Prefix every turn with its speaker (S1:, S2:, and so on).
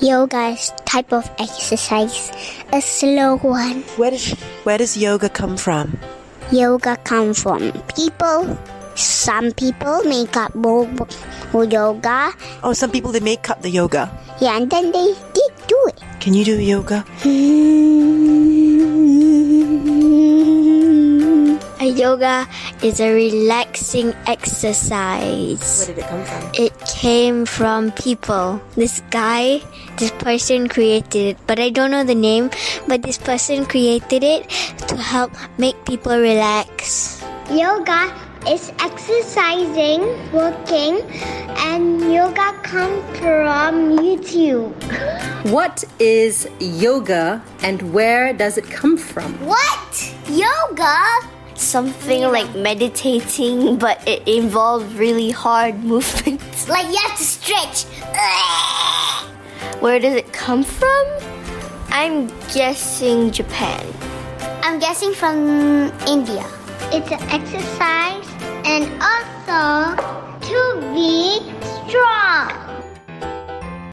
S1: yoga is type of exercise, a slow one.
S2: Where does where does yoga come from?
S1: Yoga come from people. Some people make up more yoga.
S2: Oh, some people they make up the yoga.
S1: Yeah, and then they did do it.
S2: Can you do yoga?
S3: A yoga is a relaxing exercise.
S2: did it come from?
S3: It came from people. This guy, this person created it, but I don't know the name, but this person created it to help make people relax.
S1: Yoga is exercising, working, and yoga come from YouTube.
S4: What is yoga and where does it come from?
S1: What? Yoga?
S3: Something like meditating, but it involved really hard movements.
S1: Like you have to stretch.
S3: Where does it come from? I'm guessing Japan.
S1: I'm guessing from India. It's an exercise and also